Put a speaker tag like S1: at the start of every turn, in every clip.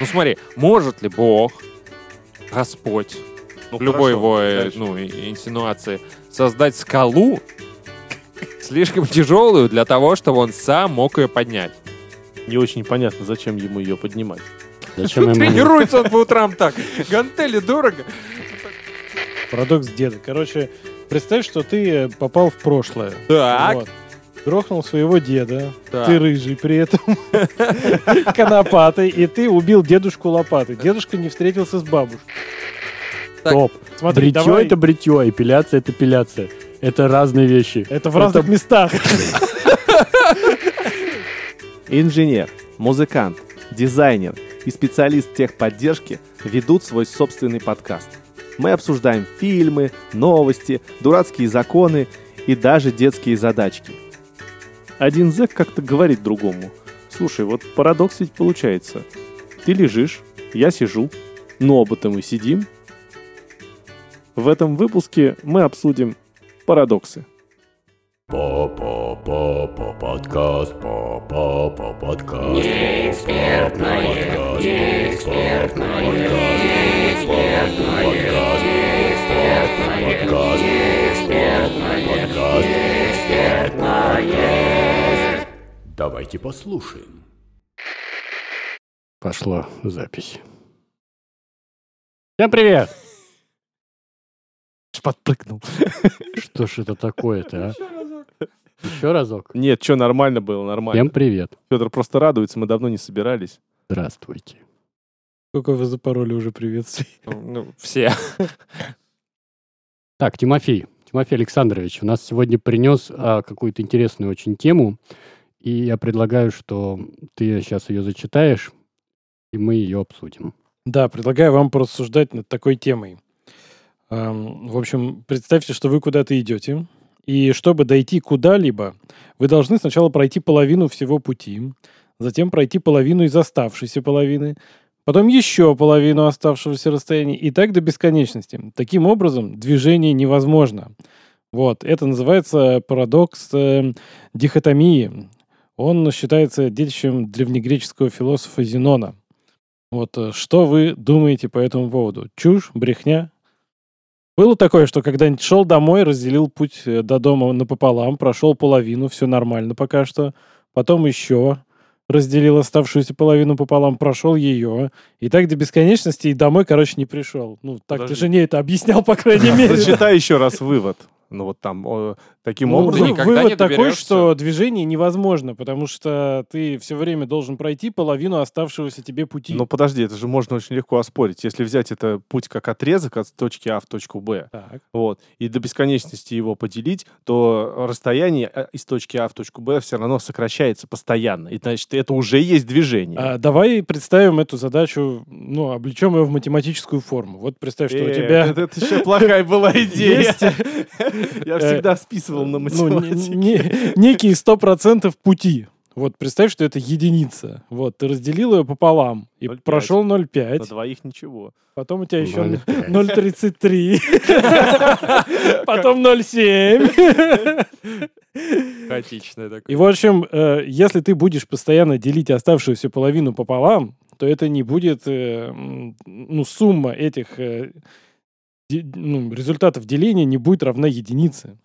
S1: Ну смотри, может ли Бог, Господь,
S2: Ну,
S1: любой его
S2: хорошо,
S1: э,
S2: дальше.
S1: ну, и- инсинуации, создать скалу слишком тяжелую для того, чтобы он сам мог ее поднять?
S2: Не очень понятно, зачем ему ее поднимать.
S3: Зачем ему?
S1: Тренируется он по утрам так. Гантели дорого.
S4: Парадокс деда. Короче, представь, что ты э, попал в прошлое.
S1: Так,
S4: Вот. Грохнул своего деда.
S1: Так.
S4: Ты рыжий при этом. Конопатый. И ты убил дедушку лопатой. Дедушка не встретился с бабушкой.
S1: Так.
S3: Топ.
S4: Смотри,
S3: бритье
S4: давай-
S3: это бритье, эпиляция это эпиляция. Это разные вещи.
S4: Это в разных местах.
S2: Инженер, музыкант, дизайнер и специалист техподдержки ведут свой собственный подкаст. Мы обсуждаем фильмы, новости, дурацкие законы и даже детские задачки. Один зэк как-то говорит другому. Слушай, вот парадокс ведь получается. Ты лежишь, я сижу, но оба-то мы сидим. В этом выпуске мы обсудим парадоксы.
S5: Папа подкаст, папа подкаст. Неэкспертное, неэкспертное, неэкспертное, подкаст, неэкспертное, подкаст, неэкспертное. Давайте послушаем.
S3: Пошла запись. Всем привет!
S4: Подпрыгнул.
S3: Что ж это такое-то, а? Еще разок.
S2: Нет, что, нормально было, нормально.
S3: Всем привет.
S2: Федор просто радуется, мы давно не собирались.
S3: Здравствуйте.
S4: Сколько вы запороли уже приветствий.
S1: ну, все.
S3: Так, Тимофей. Тимофей Александрович, у нас сегодня принес а, какую-то интересную очень тему. И я предлагаю, что ты сейчас ее зачитаешь, и мы ее обсудим.
S4: Да, предлагаю вам порассуждать над такой темой. Эм, В общем, представьте, что вы куда-то идете, и чтобы дойти куда-либо, вы должны сначала пройти половину всего пути, затем пройти половину из оставшейся половины, потом еще половину оставшегося расстояния, и так до бесконечности. Таким образом, движение невозможно. Вот, это называется парадокс э, дихотомии. Он считается детищем древнегреческого философа Зенона. Вот э, что вы думаете по этому поводу? Чушь, брехня? Было такое, что когда шел домой, разделил путь э, до дома напополам, прошел половину, все нормально пока что. Потом еще разделил оставшуюся половину пополам, прошел ее. И так до бесконечности и домой, короче, не пришел. Ну, так
S2: Подожди.
S4: ты жене это объяснял, по крайней мере. да.
S2: Зачитай еще раз вывод. Ну вот там, о, таким
S4: Ну,
S2: образом...
S1: ты
S4: вы-
S1: никогда
S4: вывод
S1: не
S4: такой,
S1: доберешься.
S4: что движение невозможно, потому что ты все время должен пройти половину оставшегося тебе пути.
S2: Ну подожди, это же можно очень легко оспорить. Если взять это путь как отрезок от точки А в точку Б,
S4: Так.
S2: вот, и до бесконечности его поделить, то расстояние э, из точки А в точку Б все равно сокращается постоянно. И значит, это уже есть движение.
S4: А, давай представим эту задачу, ну, облечем ее в математическую форму. Вот представь, что у
S2: Э,
S4: тебя...
S2: Это, еще плохая была идея.
S4: Есть,
S2: Я всегда списывал на
S4: ну, не-
S2: математику.
S4: не- некие 100% пути. Вот представь, что это единица. Вот, ты разделил ее пополам и
S2: 0,5.
S4: прошел
S2: На
S4: 0,5.
S2: двоих ничего.
S4: Потом у тебя еще
S3: Ноль пять.
S4: 0,33. Потом 0,7.
S1: Хаотичное такое.
S4: И, в общем, э, если ты будешь постоянно делить оставшуюся половину пополам, то это не будет э, м, ну, сумма этих э, де- ну, результатов деления не будет равна единице.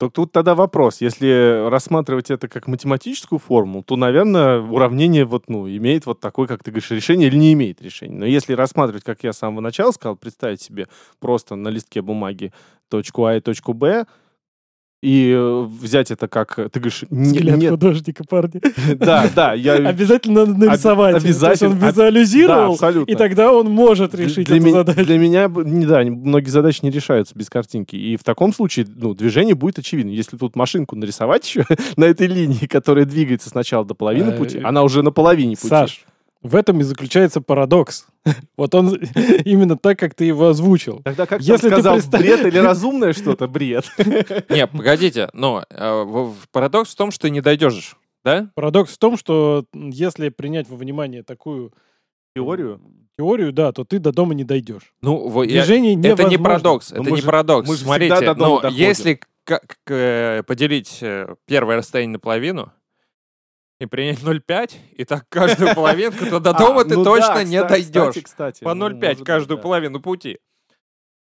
S2: То тут тогда вопрос. Если рассматривать это как математическую форму, то, наверное, уравнение вот, ну, имеет вот такое, как ты говоришь, решение или не имеет решения. Но если рассматривать, как я с самого начала сказал, представить себе просто на листке бумаги точку А и точку Б, и э, взять это как, э, ты говоришь, не-
S4: Взгляд
S2: нет,
S4: художника, парни.
S2: да, да, я...
S4: Обязательно надо нарисовать. его. То есть
S2: обязательно.
S4: он
S2: Об- Да,
S4: визуализировал,
S2: абсолютно.
S4: и тогда он может решить
S2: для,
S4: эту
S2: ме-
S4: задачу.
S2: для меня, б- не- да, не- многие задачи не решаются без картинки. И в таком случае, ну, движение будет очевидно. Если тут машинку нарисовать еще на этой линии, которая двигается сначала до половины
S4: А,
S2: пути,
S4: э,
S2: она уже на половине пути.
S4: Саш, в этом и заключается парадокс. Вот он именно так, как ты его озвучил.
S2: Тогда как
S4: Если ты
S2: ты сказал,
S4: представ-
S2: бред или разумное что-то? Бред.
S1: Не, погодите, но э, в- в- парадокс в том, что ты не дойдешь, да?
S4: Парадокс в том, что м, если принять во внимание такую
S2: Теорию.
S4: теорию, да, то ты до дома не дойдешь.
S1: Ну, во- я-
S4: Движение невозможно.
S1: это не парадокс,
S2: Ну,
S1: это
S2: мы
S1: не
S2: же-
S1: парадокс.
S2: мы же всегда
S1: Смотрите, ну,
S2: до дома
S1: но
S2: доходим.
S1: если к- к- э, поделить э, первое расстояние наполовину, и принять 0,5, и так каждую половинку, то до дома
S2: А,
S1: ты
S2: ну да,
S1: точно
S2: кстати,
S1: не дойдешь.
S2: кстати, кстати.
S1: По
S2: Ну,
S1: 0,5
S2: может
S1: каждую
S2: быть, да.
S1: половину пути.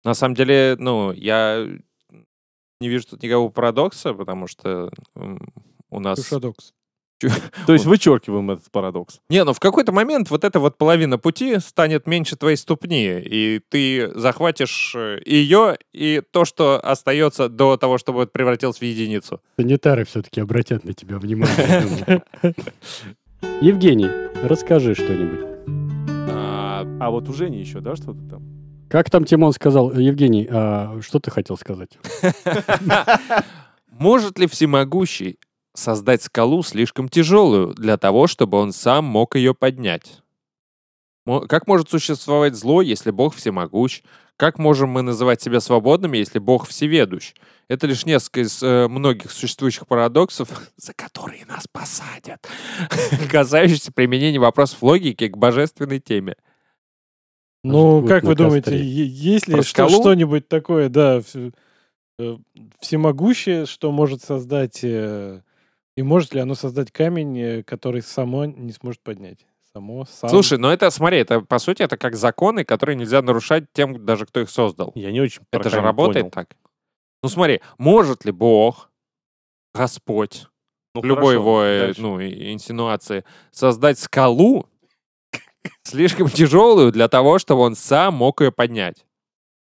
S1: На самом деле, ну, я не вижу тут никакого парадокса, потому что м, у нас...
S2: а
S4: Шадокс.
S2: То есть вычеркиваем этот парадокс.
S1: Не, ну в какой-то момент вот эта вот половина пути станет меньше твоей ступни, и ты захватишь э, ее и то, что остается до того, чтобы это превратилось в единицу.
S3: Санитары все-таки обратят на тебя внимание. я думаю. Евгений, расскажи что-нибудь.
S1: А,
S2: А вот у Жени еще, да, что-то там?
S3: Как там Тимон сказал? Э, Евгений, а что ты хотел сказать?
S1: Может ли всемогущий создать скалу слишком тяжелую для того, чтобы он сам мог ее поднять? Мо- Как может существовать зло, если Бог всемогущ? Как можем мы называть себя свободными, если Бог всеведущ? Это лишь несколько из э, многих существующих парадоксов, за которые нас посадят, касающихся применения вопросов логики к божественной теме.
S4: Ну,
S3: Может,
S4: как
S3: будет
S4: вы
S3: на
S4: думаете,
S3: костре.
S4: е- есть ли
S1: Про
S4: что-
S1: скалу?
S4: что-нибудь такое, да, вс- э, всемогущее, что может создать, э, и может ли оно создать камень, э, который само не сможет поднять? Само, сам.
S1: Слушай, ну это, смотри, это, по сути, это как законы, которые нельзя нарушать тем, даже кто их создал.
S2: Я не очень
S1: Это
S2: пока
S1: же
S2: не
S1: работает
S2: понял.
S1: так. Ну смотри, может ли Бог, Господь,
S2: Ну,
S1: любой
S2: хорошо,
S1: его э,
S2: дальше.
S1: ну, и- инсинуации, создать скалу слишком тяжелую для того, чтобы он сам мог ее поднять?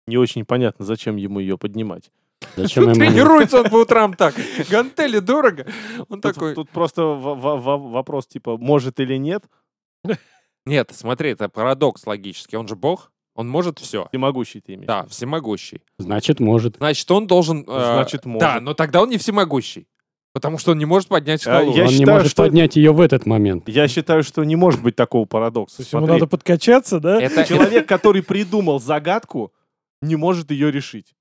S2: Не очень понятно, зачем ему ее поднимать.
S3: Зачем
S1: Ну,
S3: ему-
S1: Тренируется он по утрам так. Гантели дорого. Он
S2: Тут,
S1: такой...
S2: тут просто во- во- во- вопрос типа, может или нет,
S1: Нет, смотри, это парадокс логический. Он же Бог, он может все.
S2: всемогущий ты имеешь.
S1: Да, всемогущий.
S3: Значит, может.
S1: Значит, он должен... э,
S2: Значит, может. А
S1: Да, но тогда он не всемогущий. Потому что он не может поднять скалу.
S2: я
S3: Он не
S2: считаю,
S3: может
S2: что-
S3: поднять ее в этот момент.
S2: Я считаю, что не может быть такого
S4: То
S2: парадокса.
S4: есть ему
S2: Смотри,
S4: надо подкачаться, да?
S1: Это-
S2: Человек, который придумал загадку, не может ее решить.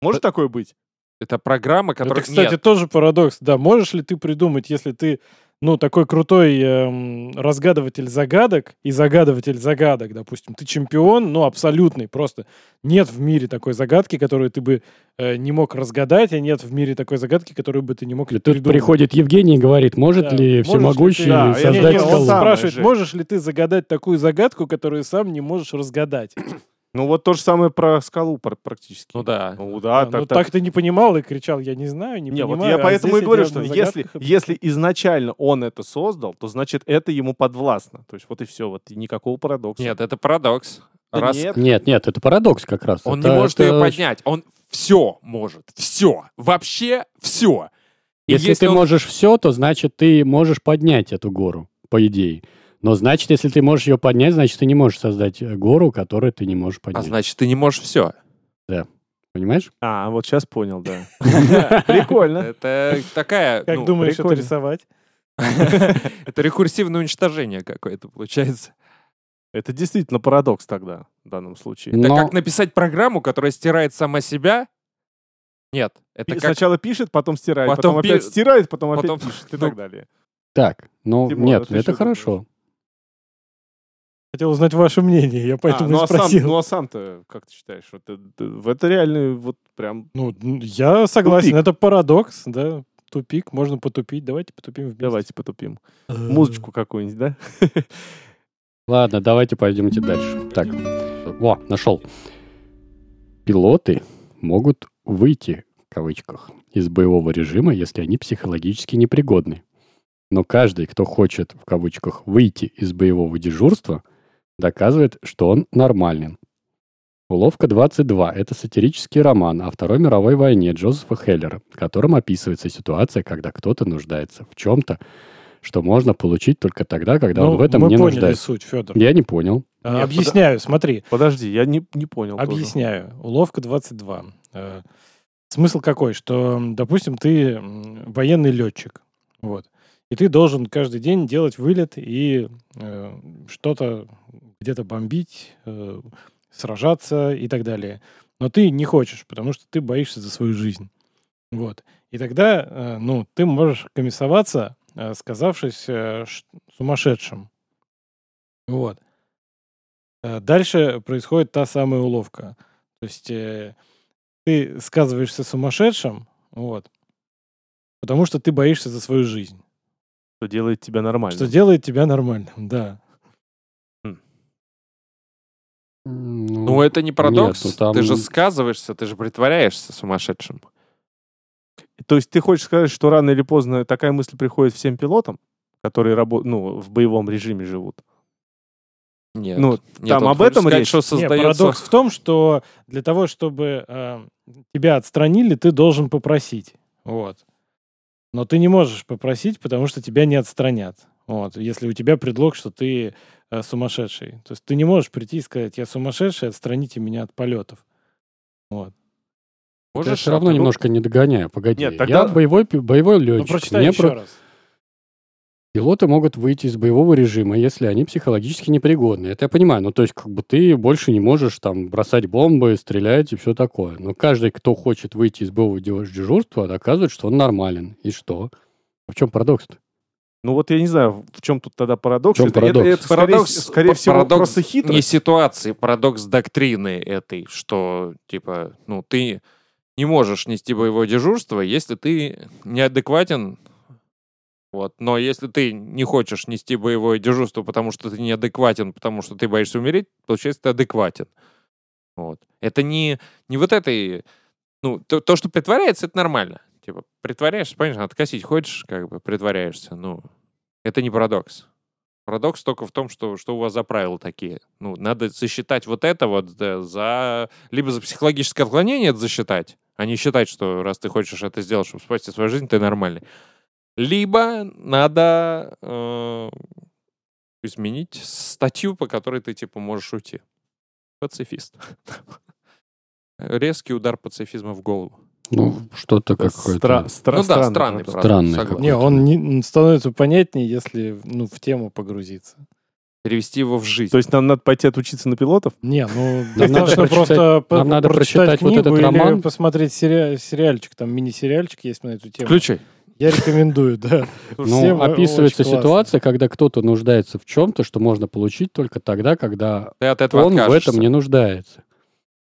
S2: Может такое быть?
S1: Это программа,
S4: Это,
S1: которая...
S4: кстати,
S1: Нет.
S4: тоже парадокс. Да, можешь ли ты придумать, если ты, ну, такой крутой эм, разгадыватель загадок и загадыватель загадок, допустим, ты чемпион, ну, абсолютный, просто нет в мире такой загадки, которую ты бы э, не мог разгадать, и нет в мире такой загадки, которую бы ты не мог
S3: И Тут
S4: придумать.
S3: приходит Евгений и говорит, может
S4: Да,
S3: ли
S4: можешь ли ты-
S3: всемогущий
S2: Да, я-
S4: Не,
S3: создать
S4: не,
S2: скалу.
S4: он
S2: Самое
S4: спрашивает,
S2: же.
S4: можешь ли ты загадать такую загадку, которую сам не можешь разгадать?
S2: Ну вот то же самое про скалу пр- практически.
S1: Ну да.
S2: Ну да,
S4: ну, так, ты не понимал и кричал, я не знаю, не,
S2: Не,
S4: понимаю.
S2: вот я
S4: а
S2: поэтому
S4: здесь
S2: и говорю,
S4: дело
S2: что
S4: на
S2: если,
S4: загадках.
S2: если изначально он это создал, то значит это ему подвластно. То есть вот и все, вот и никакого парадокса.
S1: Нет, это парадокс.
S2: Да
S1: Раз
S2: нет.
S3: Нет, нет, это парадокс как раз.
S1: он
S3: Это-
S1: не может
S3: это
S1: ее поднять, он все может. Все. Вообще все. И
S3: Если, ты
S1: он-
S3: можешь все, то значит ты можешь поднять эту гору, по идее. Но значит, если ты можешь ее поднять, значит ты не можешь создать э, гору, которую ты не можешь
S1: А
S3: поднять.
S1: значит, ты не можешь все.
S3: Понимаешь?
S2: А, вот сейчас понял, да. Прикольно.
S1: Это такая...
S4: Как
S1: ну,
S4: думаешь,
S2: прикольно.
S4: это рисовать?
S1: Это рекурсивное уничтожение какое-то получается.
S2: Это действительно парадокс тогда, в данном случае.
S1: Это
S3: Но
S1: как написать программу, которая стирает сама себя? Нет. Это
S2: Пи-
S1: как...
S2: Сначала пишет, потом стирает,
S1: Потом
S2: потом
S1: пи-
S2: опять стирает, потом
S1: потом-
S2: опять пишет и
S1: ну,
S2: так далее.
S3: так, ну
S2: Тимур, а
S3: нет,
S2: ты что
S3: это
S2: думаешь?
S3: хорошо.
S4: Хотел узнать ваше мнение, я
S2: А,
S4: поэтому
S2: ну,
S4: и
S2: а сам,
S4: спросил.
S2: ну а сам-то, как ты считаешь, вот это, в это реально вот прям...
S4: ну, н- я согласен,
S2: Тупик.
S4: это парадокс, да, тупик, можно потупить, давайте потупим вместе.
S2: Давайте потупим.
S3: Э,
S2: Музычку какую-нибудь, да?
S3: Ладно, давайте пойдемте дальше. Так, о, нашел. Пилоты могут выйти, в кавычках, из боевого режима, если они психологически непригодны. Но каждый, кто хочет, в кавычках, выйти из боевого дежурства, доказывает, что он нормален. Уловка 22 – это сатирический роман о Второй мировой войне Джозефа Хеллера, в котором описывается ситуация, когда кто-то нуждается в чем-то, что можно получить только тогда, когда
S4: Ну,
S3: он в этом
S4: мы
S3: не
S4: поняли
S3: нуждается.
S4: суть, Федор.
S3: Я не понял.
S2: Нет,
S4: Объясняю, смотри.
S2: Подожди, я не, не понял. тоже.
S4: Объясняю. Уловка 22. Э, Смысл какой? Что, м, допустим, ты м, военный летчик. Вот. И ты должен каждый день делать вылет и э, что-то где-то бомбить, э, сражаться и так далее. Но ты не хочешь, потому что ты боишься за свою жизнь. Вот. И тогда, э, ну, ты можешь комиссоваться, э, сказавшись э, ш- сумасшедшим. Вот. Э, Дальше происходит та самая уловка. То есть э, ты сказываешься сумасшедшим, вот, потому что ты боишься за свою жизнь.
S2: что делает тебя нормально.
S4: Что делает тебя нормальным, да.
S1: Ну, это не парадокс.
S3: ну там-
S1: Ты же сказываешься, ты же притворяешься сумасшедшим.
S2: То есть ты хочешь сказать, что рано или поздно такая мысль приходит всем пилотам, которые рабо- ну, в боевом режиме живут?
S1: Нет.
S2: Ну,
S1: Нет,
S2: там
S1: он
S2: об
S1: хочет
S2: этом
S1: сказать,
S2: речь?
S1: что
S4: Не,
S1: создается...
S4: парадокс в том, что для того, чтобы э, тебя отстранили, ты должен попросить. Вот. Но ты не можешь попросить, потому что тебя не отстранят. Вот. Если у тебя предлог, что ты э, сумасшедший. То есть ты не можешь прийти и сказать, я сумасшедший, отстраните меня от полетов. Вот.
S1: Можешь
S3: Я все равно
S1: отгу-
S3: немножко не догоняю, погоди.
S2: Нет, тогда-
S3: Я боевой, пи- боевой
S4: Ну,
S3: летчик.
S4: прочитай
S3: Мне
S4: еще
S3: про-
S4: раз.
S3: Пилоты могут выйти из боевого режима, если они психологически непригодны. Это я понимаю. Ну, то есть, как бы ты больше не можешь там бросать бомбы, стрелять и все такое. Но каждый, кто хочет выйти из боевого дю- дежурства, доказывает, что он нормален. И что? В чем парадокс-то?
S2: Ну вот я не знаю, в чем тут тогда парадокс.
S3: В чём
S2: это,
S3: парадокс?
S2: это- это скорее,
S1: парадокс,
S2: скорее всего,
S1: парадокс
S2: просто хитрость.
S1: не ситуации, парадокс доктрины этой, что, типа, ну, ты не можешь нести боевое дежурство, если ты неадекватен, вот. Но если ты не хочешь нести боевое дежурство, потому что ты неадекватен, потому что ты боишься умереть, получается, ты адекватен. Вот. Это не, не вот этой... Ну, то, то, что притворяется, это нормально. Типа, притворяешься, понимаешь, откосить хочешь, как бы, притворяешься. Ну, это не парадокс. Парадокс только в том, что, что у вас за правила такие. Ну, надо сосчитать вот это вот да, за... Либо за психологическое отклонение это засчитать, а не считать, что раз ты хочешь это сделать, чтобы спасти свою жизнь, ты нормальный. Либо надо э, изменить статью, по которой ты, типа, можешь уйти. Пацифист. Резкий удар пацифизма в голову.
S3: Ну, что-то
S2: Стра-
S3: какое-то...
S2: стра-
S1: ну да, странный
S2: странный парадокс.
S1: парадокс.
S3: Странный
S1: согласен.
S3: какой-то.
S4: Не, он не- становится понятнее, если ну, в тему погрузиться.
S1: Перевести его в жизнь.
S2: То есть нам надо пойти отучиться на пилотов?
S4: Не, ну
S3: Нам надо
S4: достаточно
S3: прочитать-
S4: просто по-
S3: нам надо прочитать вот этот
S4: книгу или
S3: роман.
S4: посмотреть сериа- сериальчик, там мини-сериальчик есть на эту тему.
S1: Включай.
S4: Я рекомендую, да.
S3: Ну, описывается
S4: очень классно.
S3: ситуация, когда кто-то нуждается в чем-то, что можно получить только тогда, когда
S1: Ты от этого
S3: он в
S1: откажешься.
S3: этом не нуждается.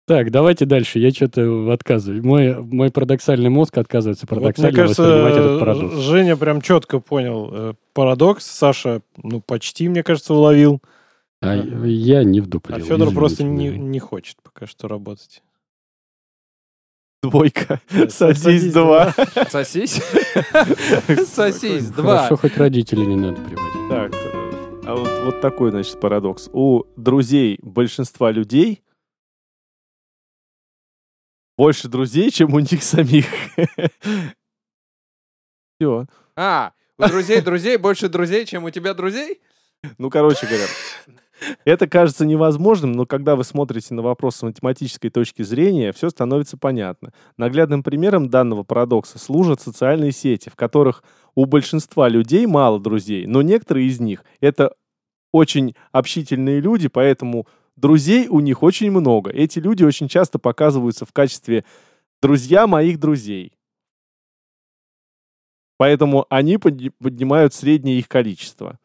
S3: Так, давайте дальше. Я что-то отказываю. Мой, мой парадоксальный мозг отказывается
S4: Вот, мне
S3: парадоксально воспринимать
S4: кажется,
S3: этот парадокс.
S4: Женя прям четко понял э, парадокс. Саша, ну, почти, мне кажется, уловил.
S3: А я не вдуплил.
S4: А Федор
S3: извините
S4: просто не,
S3: меня.
S4: не хочет пока что работать.
S2: Двойка. Садись
S4: Садись,
S2: два.
S1: Сосись. Сосись. Два.
S3: Хорошо, хоть родителей не надо приводить.
S2: Так, а вот, вот такой, значит, парадокс. У друзей большинства людей больше друзей, чем у них самих. Все.
S1: А, у друзей друзей больше друзей, чем у тебя друзей?
S2: Ну, короче говоря, это кажется невозможным, но когда вы смотрите на вопрос с математической точки зрения, все становится понятно. Наглядным примером данного парадокса служат социальные сети, в которых у большинства людей мало друзей, но некоторые из них — это очень общительные люди, поэтому друзей у них очень много. Эти люди очень часто показываются в качестве «друзья моих друзей». Поэтому они подни- поднимают среднее их количество.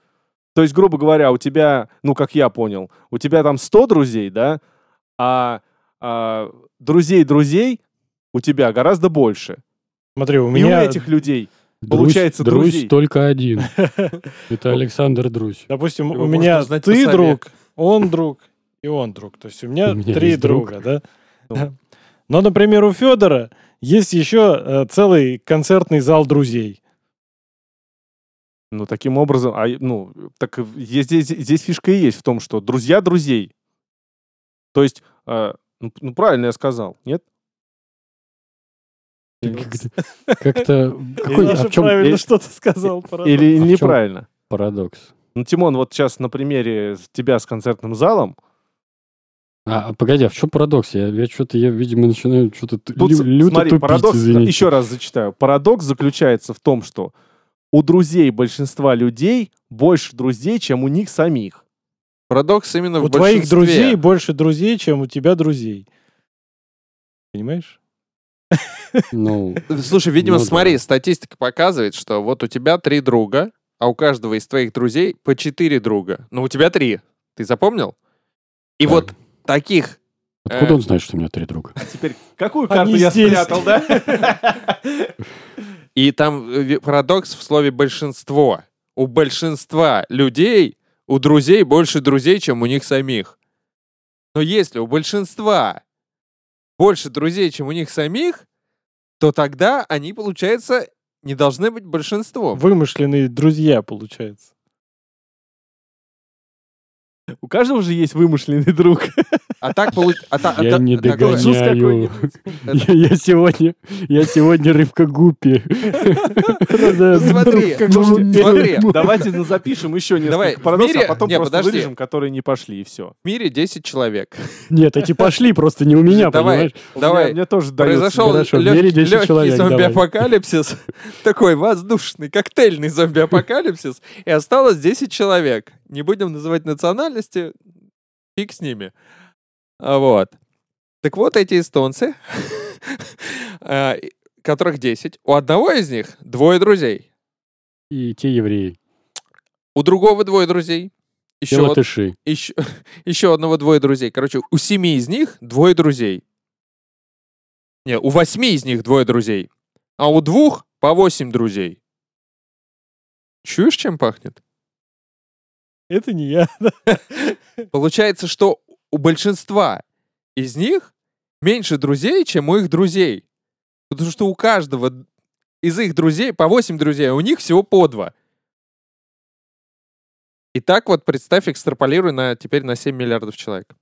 S2: То есть, грубо говоря, у тебя, ну, как я понял, у тебя там 100 друзей, да, а, а друзей друзей у тебя гораздо больше.
S4: Смотри, у
S2: И у
S4: меня...
S2: этих людей.
S3: Друзь-
S2: Получается,
S3: Друзь
S2: друзей.
S3: только один. Это Александр Друзь.
S4: Допустим,
S1: Его
S4: у
S1: можно
S4: меня
S1: узнать по
S4: ты
S1: сове.
S4: друг, он друг и он друг. То есть у меня,
S3: У меня
S4: три
S3: есть друг.
S4: друга, да? Да. Но, например, у Федора есть еще э, целый концертный зал друзей.
S2: Ну, таким образом, а, ну, так и есть, здесь, здесь фишка и есть в том, что друзья друзей. То есть, э, ну, ну, правильно я сказал, нет?
S3: Как-то- Как-то... какой-
S4: И
S3: а
S4: Саша
S3: в чем
S4: правильно
S2: Или-
S4: что-то сказал. правда.
S2: Или
S3: А в чём?
S2: неправильно?
S3: парадокс?
S2: Ну, Тимон, вот сейчас на примере с- тебя с концертным залом,
S3: А, а, погоди, а в чем парадокс? Я, я что-то, я, видимо, начинаю что-то ту-
S2: Тут,
S3: лю-
S2: с-
S3: люто
S2: смотри,
S3: тупить,
S2: парадокс,
S3: извините.
S2: еще раз зачитаю. Парадокс заключается в том, что у друзей большинства людей больше друзей, чем у них самих.
S1: Парадокс именно
S4: У
S1: в большинстве.
S4: твоих друзей больше друзей, чем у тебя друзей. Понимаешь?
S3: Ну,
S1: Слушай, видимо,
S3: Ну да.
S1: смотри, статистика показывает, что вот у тебя три друга, а у каждого из твоих друзей по четыре друга. Но у тебя три. Ты запомнил? И
S3: Да.
S1: вот таких... э,
S3: откуда он знает, что у меня три друга?
S2: Теперь, какую
S4: Они
S2: карту я
S4: здесь.
S2: спрятал, да?
S1: И там э, ви- парадокс в слове «большинство». у большинства людей, у друзей больше друзей, чем у них самих. Но если у большинства больше друзей, чем у них самих, то тогда они, получается, не должны быть большинством.
S4: Вымышленные друзья, получается.
S2: У каждого же есть вымышленный друг.
S1: А так получается...
S3: Я не
S2: Иисус
S3: догоняю.
S2: какой-нибудь.
S1: Это-
S3: Я я сегодня, я сегодня рыбка гуппи.
S1: Смотри,
S3: Рыбка Ну,
S1: слушай,
S3: гуппи.
S1: смотри.
S2: Давайте ну, запишем еще
S1: Давай,
S2: несколько
S1: в
S2: парадоксов,
S1: мире-
S2: а потом
S1: не,
S2: просто
S1: подожди.
S2: вырежем, которые не пошли, и все.
S1: В мире 10 человек.
S3: Нет, эти пошли просто не у меня,
S1: Давай,
S3: понимаешь?
S1: давай.
S2: Мне тоже дается.
S1: Произошел
S3: Хорошо, в
S1: лег-
S3: мире 10
S1: легкий
S3: человек, давай.
S1: зомби-апокалипсис, такой воздушный, коктейльный зомби-апокалипсис, и осталось 10 человек. Не будем называть национальности, фиг с ними. А Вот. Так вот, эти эстонцы, а, и- которых 10, у одного из них двое друзей,
S3: И те евреи,
S1: у другого двое друзей,
S3: те
S1: еще, од-
S3: латыши.
S1: еще, еще одного двое друзей. Короче, у семи из них двое друзей. Не, у восьми из них двое друзей. А у двух по восемь друзей. Чуешь, чем пахнет?
S4: Это не я.
S1: Получается, что у большинства из них меньше друзей, чем у их друзей. Потому что у каждого д- из их друзей по 8 друзей, а у них всего по 2. И так вот представь, экстраполируй на, теперь на 7 миллиардов человек.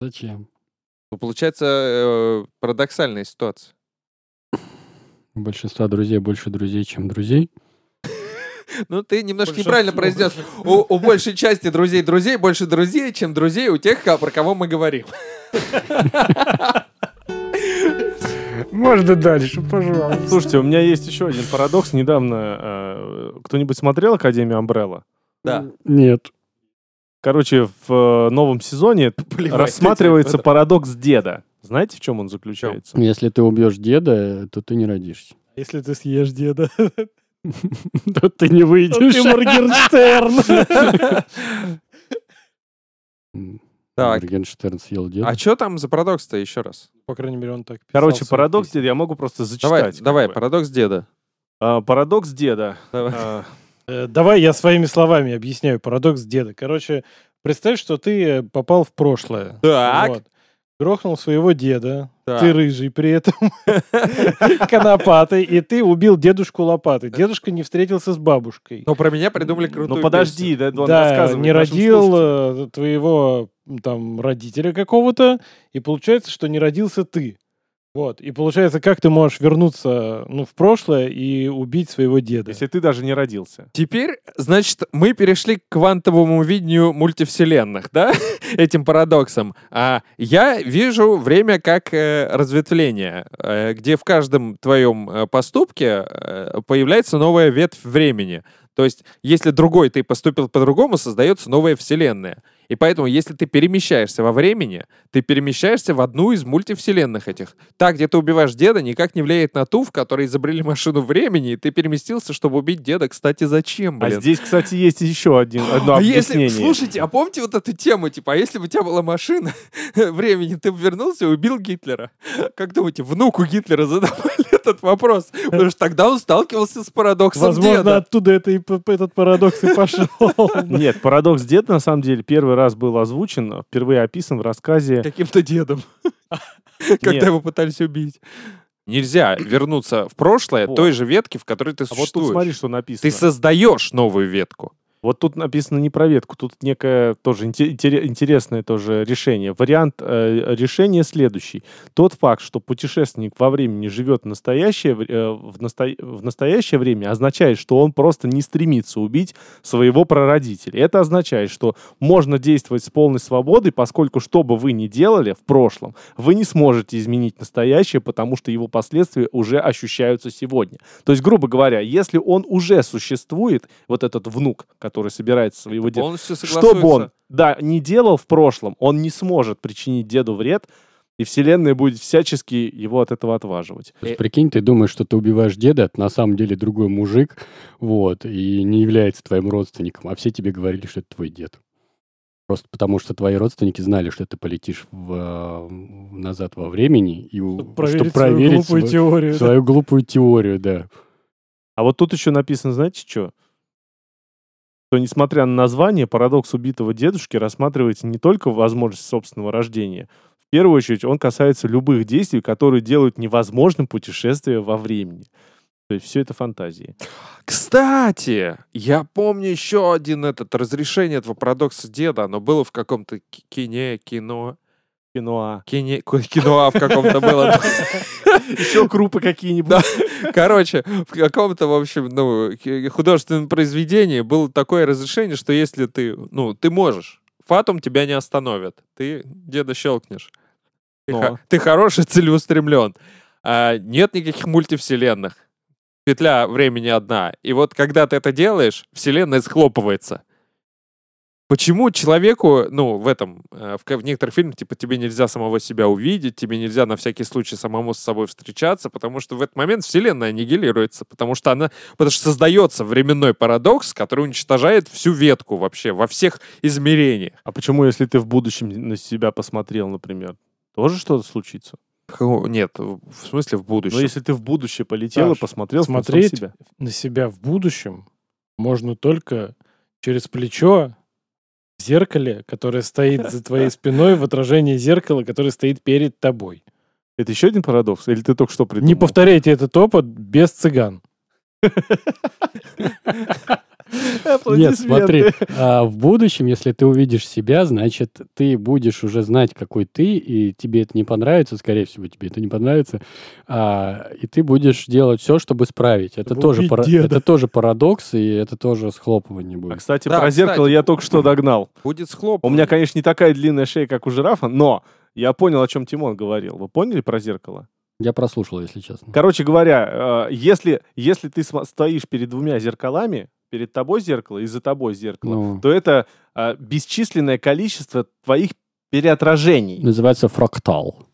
S3: Зачем?
S1: Ну, Получается э, парадоксальная ситуация.
S3: У большинства друзей больше друзей, чем друзей.
S1: Ну, ты немножко
S4: Большинство.
S1: неправильно произнес. У, у большей части друзей друзей больше друзей, чем друзей у тех, ко- про кого мы говорим.
S6: Можно дальше, пожалуйста.
S2: Слушайте, у меня есть еще один парадокс. Недавно э, кто-нибудь смотрел Академию Амбрелла?
S1: Да.
S2: Ну,
S3: Нет.
S2: Короче, в э, новом сезоне рассматривается парадокс деда. Знаете, в чем он заключается?
S3: Если ты убьешь деда, то ты не родишься.
S4: Если ты съешь деда,
S3: То ты не
S4: то
S1: Ну,
S4: ты
S3: выйдешь.
S4: Моргенштерн.
S1: Так.
S3: Моргенштерн съел деда.
S1: А что там за парадокс-то еще раз?
S4: По крайней мере, он так писал.
S2: Короче,
S4: в своей
S2: парадокс
S4: песне.
S2: деда я могу просто зачитать.
S1: Давай,
S2: как
S1: давай,
S2: бы.
S1: парадокс деда.
S2: А, парадокс деда.
S1: Давай.
S2: А,
S4: Э, Давай я своими словами объясняю парадокс деда. Короче, представь, что ты э, попал в прошлое.
S1: Так.
S4: Вот. Грохнул своего деда.
S1: Так.
S4: Ты рыжий при этом. Конопатый. И ты убил дедушку лопатой. Дедушка не встретился с бабушкой.
S1: Но Ну, про меня придумали крутую
S2: ну подожди, да, он
S4: Да,
S2: рассказывает
S4: не
S2: нашим
S4: родил
S2: слушателям.
S4: э, твоего м, там родителя какого-то, и получается, что не родился ты. Вот. И получается, как ты можешь вернуться ну, в прошлое и убить своего деда?
S2: Если ты даже не родился.
S1: Теперь, значит, мы перешли к квантовому видению мультивселенных, да? Этим парадоксом. А я вижу время как э, разветвление, э, где в каждом твоем э, поступке э, появляется новая ветвь времени. То есть, если другой ты поступил по-другому, создается новая вселенная. И поэтому, если ты перемещаешься во времени, ты перемещаешься в одну из мультивселенных этих. Та, где ты убиваешь деда, никак не влияет на ту, в которой изобрели машину времени, и ты переместился, чтобы убить деда. Кстати, зачем, блин?
S2: А здесь, кстати, есть еще один, одно
S1: А
S2: объяснение.
S1: если, слушайте, а помните вот эту тему, типа, а если бы у тебя была машина времени, ты бы вернулся и убил Гитлера? Как думаете, внуку Гитлера задавали этот вопрос? Потому что тогда он сталкивался с парадоксом
S4: Возможно,
S1: деда.
S4: оттуда это и, п- этот парадокс и пошел.
S2: Нет, парадокс деда на самом деле первый раз был озвучен, впервые описан в рассказе
S1: Каким-то дедом.
S2: Нет.
S1: Когда его пытались убить. Нельзя вернуться в прошлое
S2: Вот.
S1: той же ветки, в которой ты
S2: А вот тут смотри, что
S1: Ты
S2: написано.
S1: создаешь новую ветку.
S2: Вот тут написано не про ветку, тут некое тоже инте- интере- интересное тоже решение. Вариант э, решения следующий. Тот факт, что путешественник во времени живет в настоящее, вре- э, в, насто- в настоящее время, означает, что он просто не стремится убить своего прародителя. Это означает, что можно действовать с полной свободой, поскольку что бы вы ни делали в прошлом, вы не сможете изменить настоящее, потому что его последствия уже ощущаются сегодня. То есть, грубо говоря, если он уже существует, вот этот внук, который собирается своего деда,
S1: Полностью
S2: что бы он да, не делал в прошлом, он не сможет причинить деду вред, и вселенная будет всячески его от этого отваживать. Э,
S3: То есть, Э, прикинь, ты думаешь, что ты убиваешь деда, это на самом деле другой мужик, вот, и не является твоим родственником, а все тебе говорили, что это твой дед. Просто потому, что твои родственники знали, что ты полетишь в, э, назад во времени, и, у- чтобы
S4: Проверить свою
S3: проверить
S4: глупую
S3: свою,
S4: теорию.
S3: свою глупую теорию, да.
S2: А вот тут еще написано, знаете что? то, несмотря на название, парадокс убитого дедушки рассматривается не только возможность собственного рождения. В первую очередь он касается любых действий, которые делают невозможным путешествие во времени. То есть все это фантазии.
S1: Кстати, я помню еще один этот разрешение этого парадокса деда. Оно было в каком-то ки- кине, кино.
S2: Киноа.
S1: Кине, ку- киноа в каком-то было.
S2: Еще крупы какие-нибудь.
S1: Да. Короче, в каком-то, в общем, ну, ки- художественном произведении было такое разрешение, что если ты, ну, ты можешь, фатум тебя не остановит. Ты деда щелкнешь. Ты,
S2: Ну,
S1: хо-
S2: а?
S1: ты хороший, целеустремлен. А, нет никаких мультивселенных. Петля времени одна. И вот когда ты это делаешь, вселенная схлопывается. Почему человеку, ну, в этом, э, в, ка- в некоторых фильмах, типа, тебе нельзя самого себя увидеть, тебе нельзя на всякий случай самому с собой встречаться, потому что в этот момент вселенная аннигилируется, потому что она, потому что создается временной парадокс, который уничтожает всю ветку вообще, во всех измерениях.
S2: А почему, если ты в будущем на себя посмотрел, например, тоже что-то случится?
S1: Ху- Нет, в в смысле в будущем.
S4: Ну,
S2: Но если ты в будущее полетел
S4: Саш,
S2: и посмотрел в конце
S4: смотреть
S2: себя.
S4: на себя в будущем можно только через плечо в зеркале, которое стоит за твоей спиной, в отражении зеркала, которое стоит перед тобой.
S2: Это еще один парадокс? Или ты только что придумал?
S4: Не повторяйте этот опыт без цыган.
S2: Аплодисменты.
S3: Нет, смотри, а, в будущем, если ты увидишь себя, значит, ты будешь уже знать, какой ты, и тебе это не понравится, скорее всего, тебе это не понравится, а, и ты будешь делать все, чтобы исправить. Это,
S4: Чтобы
S3: тоже,
S4: убить
S3: пара-
S4: деда.
S3: это тоже парадокс, и это тоже схлопывание
S2: А,
S3: будет.
S2: кстати,
S1: Да,
S2: про зеркало
S1: кстати.
S2: я только что догнал.
S1: Будет схлоп.
S2: У меня, конечно, не такая длинная шея, как у жирафа, но я понял, о чем Тимон говорил. Вы поняли про зеркало?
S3: Я прослушал, если честно.
S2: Короче говоря, э, если, если ты смо- стоишь перед двумя зеркалами, перед тобой зеркало и за тобой зеркало,
S3: Ну,
S2: то это э, бесчисленное количество твоих переотражений.
S3: называется фрактал.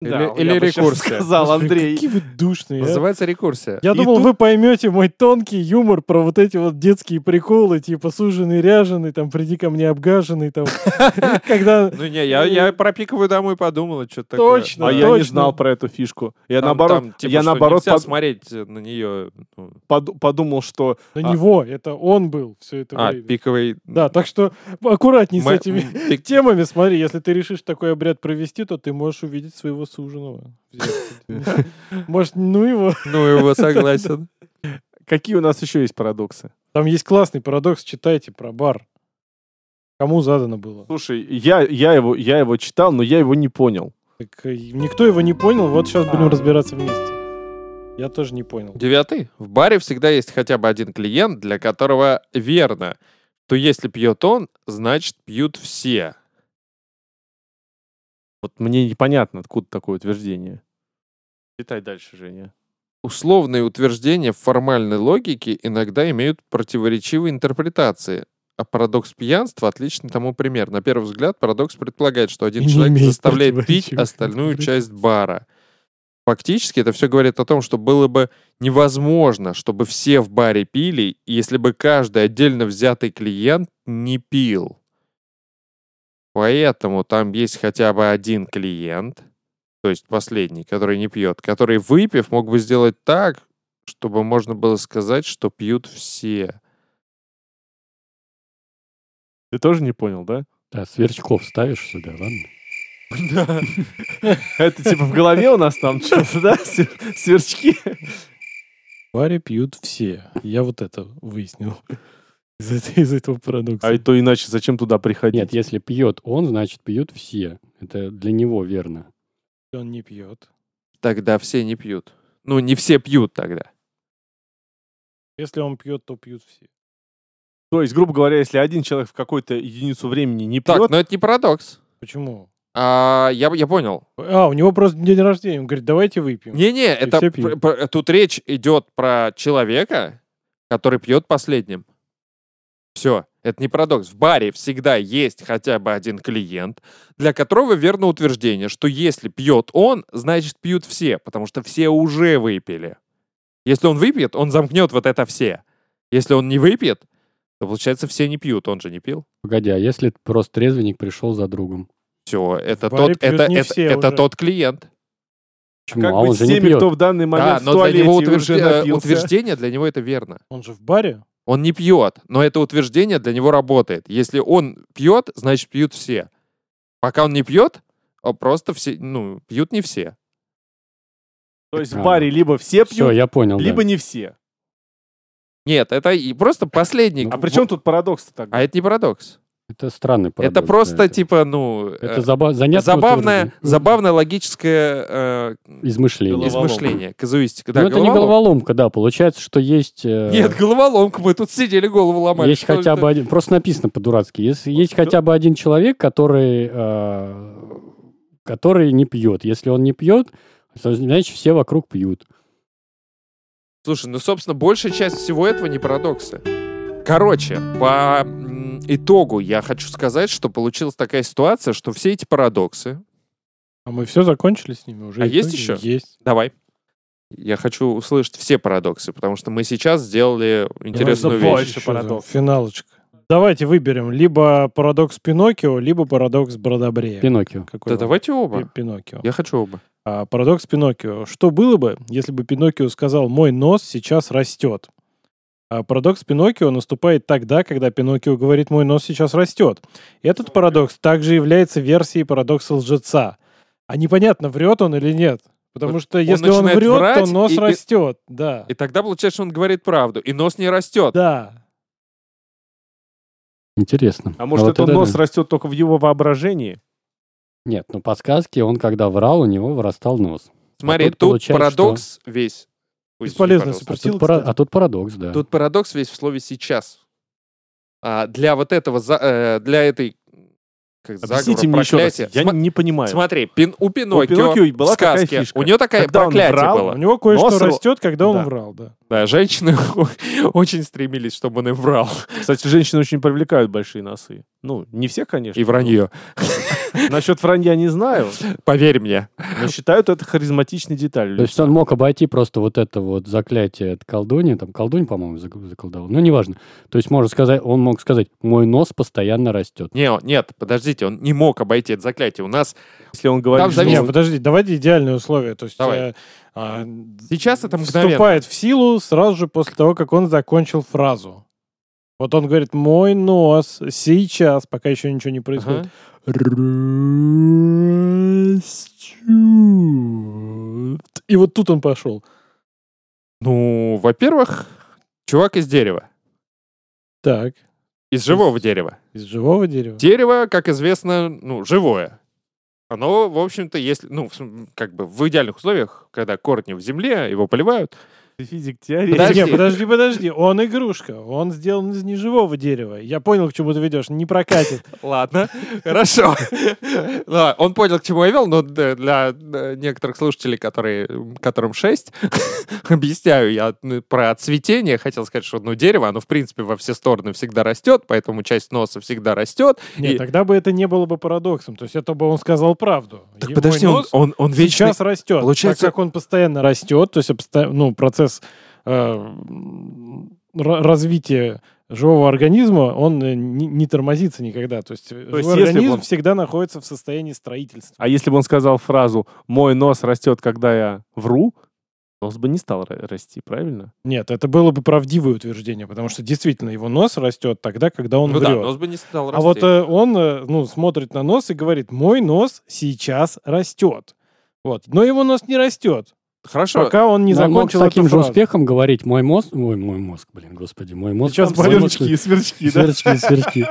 S1: Или-
S2: Да,
S1: или
S2: я бы щас
S1: рекурсия.
S2: сказал
S4: Господи,
S2: Андрей.
S4: Какие вы душные. а.
S1: Называется рекурсия.
S4: Я
S2: И
S4: думал,
S2: тут-
S4: вы поймете мой тонкий юмор про вот эти вот детские приколы, типа суженый, ряженый, там, приди ко мне обгаженный, там, когда...
S1: Ну не, я, я про пиковую даму и подумал, что такое.
S4: Э, Точно,
S2: А я не
S4: точно.
S2: знал про эту фишку. Я
S1: Там-
S2: наоборот,
S1: там, типа,
S2: я
S1: что
S2: наоборот
S1: нельзя
S2: под-
S1: смотреть э, на нее. ну,
S2: под- подумал, что
S4: На
S2: А.
S4: него, это он был все это
S1: А,
S4: время.
S1: пиковый.
S4: Да, так что аккуратней с
S1: Мэ-
S4: этими
S1: м, пик-
S4: темами. Смотри, если ты решишь такой обряд провести, то ты можешь увидеть своего суженого. в зеркале. Может, ну его.
S1: Ну его согласен.
S2: какие у нас еще есть парадоксы?
S4: Там есть классный парадокс, читайте про бар. Кому задано было?
S2: Слушай, я, я, его, я его читал, но я его не понял.
S4: Так, э, никто его не понял, вот сейчас будем
S2: А.
S4: разбираться вместе. Я тоже не понял.
S1: Девятый. В баре всегда есть хотя бы один клиент, для которого верно, то если пьет он, значит пьют все.
S2: Вот мне непонятно, откуда такое утверждение. Читай дальше, Женя.
S1: Условные утверждения в формальной логике иногда имеют противоречивые интерпретации. А парадокс пьянства отличный тому пример. На первый взгляд парадокс предполагает, что один
S4: И не
S1: человек
S4: имеет
S1: заставляет пить
S4: противоречивых
S1: остальную
S4: интерпретаций.
S1: часть бара. Фактически это все говорит о том, что было бы невозможно, чтобы все в баре пили, если бы каждый отдельно взятый клиент не пил. Поэтому там есть хотя бы один клиент, то есть последний, который не пьет, который, выпив, мог бы сделать так, чтобы можно было сказать, что пьют все.
S2: Ты тоже не понял, да?
S3: Да, сверчков ставишь сюда, ладно?
S2: Это типа в голове у нас там что-то, да? Свер- Сверчки.
S4: В баре пьют все. Я вот это выяснил. Из, этой- из этого парадокса.
S2: А и то иначе зачем туда
S3: Нет,
S2: приходить?
S3: если пьет он, значит, пьют все. Это для него верно.
S4: Он не пьет.
S1: Тогда все не пьют. Ну, не все пьют тогда.
S4: Если он пьет, то пьют все.
S2: То есть, грубо говоря, если один человек в какую-то единицу времени не
S1: Так,
S2: пьет,
S1: но это не парадокс.
S4: Почему?
S1: А, я, я понял.
S4: А, у него просто день рождения. Он говорит, давайте выпьем.
S1: Не-не, это
S4: все
S1: пр-
S4: пьют.
S1: пр- тут речь идет про человека, который пьет последним. Все, это не парадокс. В баре всегда есть хотя бы один клиент, для которого верно утверждение, что если пьет он, значит пьют все, потому что все уже выпили. Если он выпьет, он замкнет вот это все. Если он не выпьет, то получается все не пьют, он же не пил.
S3: Погоди, а если просто трезвенник пришел за
S2: А
S3: другом?
S1: Все, это
S4: В баре
S1: тот,
S4: пьют
S1: это,
S4: не
S1: это,
S4: все
S1: это
S4: уже.
S1: тот клиент.
S3: Почему?
S2: как
S3: а он
S2: быть
S3: же
S2: с
S3: не
S2: теми,
S3: пьет.
S2: кто в данный
S1: ну, Да,
S2: момент в
S1: но для него
S2: туалете и
S1: утвержд-
S2: уже
S1: э,
S2: напился?
S1: утверждение для него это верно.
S4: Он же в баре.
S1: Он не пьет, но это утверждение для него работает. Если он пьет, значит пьют все. Пока он не пьет, а просто все, ну, пьют не все.
S2: То есть в
S3: А.
S2: баре либо все
S3: Все,
S2: пьют,
S3: я
S1: Ну
S3: понял. да.
S2: либо не все.
S1: Нет, это и просто
S3: Ну,
S1: последний.
S2: А при чем тут парадокс-то тогда?
S1: ну А это не парадокс.
S3: Это странный парадокс.
S1: это просто,
S3: да,
S1: типа, ну... э,
S3: Это заба- занятное
S1: забавное,
S3: утверждение.
S1: забавное логическое э,
S3: Измышление.
S2: Головоломка.
S1: измышление, казуистика. Да,
S3: Ну, это не
S1: головоломка.
S3: головоломка, да. Получается, что есть... э,
S1: Нет, головоломка, мы тут сидели, голову ломали.
S3: Есть
S1: Что
S3: хотя
S1: это?
S3: бы один... Просто написано по-дурацки. Если есть
S2: да.
S3: хотя бы один человек, который, э, который не пьет. Если он не пьет, то, значит, все вокруг пьют.
S1: Слушай, ну, собственно, большая часть всего этого не парадоксы. Короче, по м, итогу я хочу сказать, что получилась такая ситуация, что все эти парадоксы...
S4: А мы все закончили с ними уже.
S1: А
S4: итоги
S1: есть еще?
S4: Есть.
S1: Давай. Я хочу услышать все парадоксы, потому что мы сейчас сделали интересную
S2: Гораздо
S1: вещь.
S2: больше
S4: Ещё, да,
S2: парадокс.
S4: Финалочка. Давайте выберем либо парадокс Пиноккио, либо парадокс Бродобрея.
S3: Пиноккио.
S4: Какой
S1: Да
S4: вам?
S1: давайте
S4: Пи-
S1: оба.
S4: Пиноккио.
S1: Я хочу оба.
S4: А, парадокс Пиноккио. Что было бы, если бы Пиноккио сказал «мой нос сейчас растет»? А парадокс Пиноккио наступает тогда, когда Пиноккио говорит «мой нос сейчас растет». Этот парадокс также является версией парадокса лжеца. А непонятно, врет он или нет. Потому
S1: Вот
S4: что
S1: он
S4: если он
S1: начинает
S4: врет, то
S1: врать,
S4: нос
S1: и- и-
S4: растет. Да.
S1: И тогда получается, что он говорит правду, и нос не растет.
S4: Да.
S3: Интересно.
S2: А может,
S3: вот
S2: это нос
S3: да.
S2: растет только в его воображении?
S3: Нет, ну подсказки, он когда врал, у него вырастал нос.
S1: Смотри,
S3: А тут
S1: тут,
S3: получается,
S1: парадокс весь. Ой, извини,
S4: Бесполезно
S1: пожалуйста.
S3: А
S4: Спросил,
S3: тут, пара-
S4: кстати.
S3: а тут парадокс, да.
S1: Тут парадокс весь в слове сейчас. А, для вот этого, за- э, для этой как,
S2: Объясните
S1: заговора,
S2: мне еще раз.
S1: проклятия.
S2: Я
S1: Сма-
S2: не понимаю.
S1: Смотри, пин- у Пиноккио,
S2: Пиноккио была
S1: в сказке,
S2: такая фишка.
S1: у него такая
S2: Когда он
S1: проклятие
S2: врал,
S1: было.
S4: У него кое-что
S2: Нос ро-
S4: растет, когда он
S2: Да.
S4: врал, да.
S1: Да, женщины очень стремились, чтобы он им врал.
S2: Кстати, женщины очень привлекают большие носы. Ну, не все, конечно.
S1: И вранье.
S2: Насчет вранья не знаю,
S1: Поверь мне.
S2: но считают это харизматичной деталью.
S3: То есть он мог обойти просто вот это вот заклятие от колдуни, там колдунь, по-моему, зак- заколдовал, ну неважно. То есть можно сказать, он мог сказать, мой нос постоянно растет.
S1: Не, нет, подождите, он не мог обойти это заклятие. У нас
S2: Если он говорит,
S1: Там
S2: что
S1: зависит-
S4: Не, подожди, давайте идеальные условия. То есть
S1: Ну, Давай.
S4: э, а,
S1: сейчас это мгновенно.
S4: вступает в силу сразу же после того, как он закончил фразу. Вот он говорит, мой нос сейчас, пока еще ничего не происходит.
S1: Ага.
S4: растет». И вот тут он пошел.
S1: Ну, во-первых, чувак из дерева.
S4: Так,
S1: Из живого дерева.
S4: из живого дерева.
S1: Дерево, как известно, ну, живое. Оно, в общем-то, если, ну, в см- как бы в идеальных условиях, когда корни в земле, его поливают.
S2: ты физик
S1: Подожди.
S2: теоретик.
S4: Не, подожди, подожди. Он игрушка. Он сделан из неживого дерева. Я понял, к чему ты ведешь. Не прокатит.
S1: Ладно, хорошо. Да, он понял, к чему я вел, но д- для э, некоторых слушателей, которые, м, которым 6, объясняю я м, про цветение. Хотел сказать, что ну, дерево, оно, в принципе, во все стороны всегда растет, поэтому часть носа всегда растет.
S4: Нет,
S1: И-
S4: тогда бы это не было бы парадоксом. То есть это бы он сказал правду.
S1: Так
S4: Его
S1: подожди, он,
S4: нос
S1: он, он вечно...
S4: сейчас растет.
S1: Получается-
S4: Так как он постоянно растет, то есть обсто- ну, процесс э, м, ра- развития живого организма, он э, не, не тормозится никогда. То есть, э, живой
S2: есть если бы
S4: организм
S2: он-
S4: всегда находится в состоянии строительства.
S2: А если бы он сказал фразу «мой нос растет, когда я вру», нос бы не стал ра- расти, правильно?
S4: Нет, это было бы правдивое утверждение, потому что действительно его нос растет тогда, когда он
S1: Ну да,
S4: врет.
S1: нос бы не стал
S4: А
S1: расти.
S4: вот э, он э, ну, смотрит на нос и говорит, мой нос сейчас растет. Вот. Но его нос не растет,
S1: Хорошо,
S4: пока он не
S3: Но он мог
S4: закончил
S3: с таким
S4: эту
S3: же
S4: фразу.
S3: успехом говорить, мой мозг, мой, мой мозг, блин, господи, мой мозг.
S4: Сейчас
S3: мой мозг-
S2: Сверчки, сверчки, да?
S3: Сверчки, сверчки.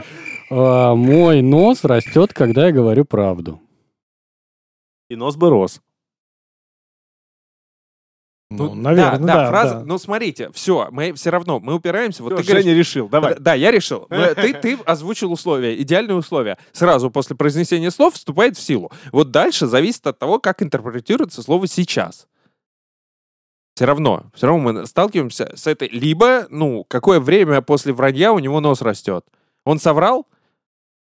S3: А, Мой нос растет, когда я говорю правду.
S2: И нос бы рос.
S1: Ну,
S4: Ну, наверное, да.
S1: да, да, фраза.
S4: да.
S1: Ну, смотрите, все, мы все равно, мы упираемся. Вот
S2: Всё,
S1: ты говоришь,
S2: Женя решил, давай.
S1: Да, да, я решил. Мы- Ты, ты озвучил условия, идеальные условия. Сразу после произнесения слов вступает в силу. Вот дальше зависит от того, как интерпретируется слово «сейчас». Все равно, все равно мы сталкиваемся с этой. Либо, ну, какое время после вранья у него нос растет. Он соврал?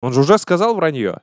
S1: Он же уже сказал вранье.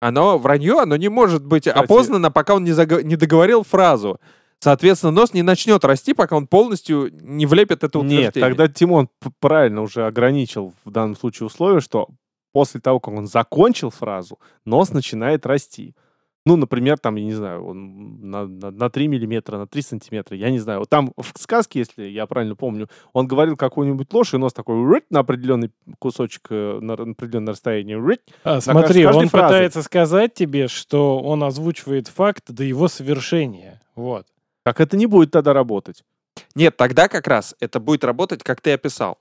S1: Оно, вранье, оно не может быть
S2: Кстати-
S1: опознано, пока он не, заго- не договорил фразу. Соответственно, нос не начнет расти, пока он полностью не влепит это утверждение.
S2: Нет, тогда Тимон п- правильно уже ограничил в данном случае условие, что после того, как он закончил фразу, нос начинает расти. Ну, например, там, я не знаю, он на, на, на 3 миллиметра, на 3 сантиметра, я не знаю. Вот Там в сказке, если я правильно помню, он говорил какую-нибудь ложь, и нос такой «рыть» на определенный кусочек, э, на р- определенное расстояние «рыть».
S4: А,
S2: кажд-
S4: смотри,
S2: каждой
S4: он
S2: фразе.
S4: пытается сказать тебе, что он озвучивает факт до его совершения. Вот.
S2: Как это не будет тогда работать?
S1: Нет, тогда как раз это будет работать, как ты описал.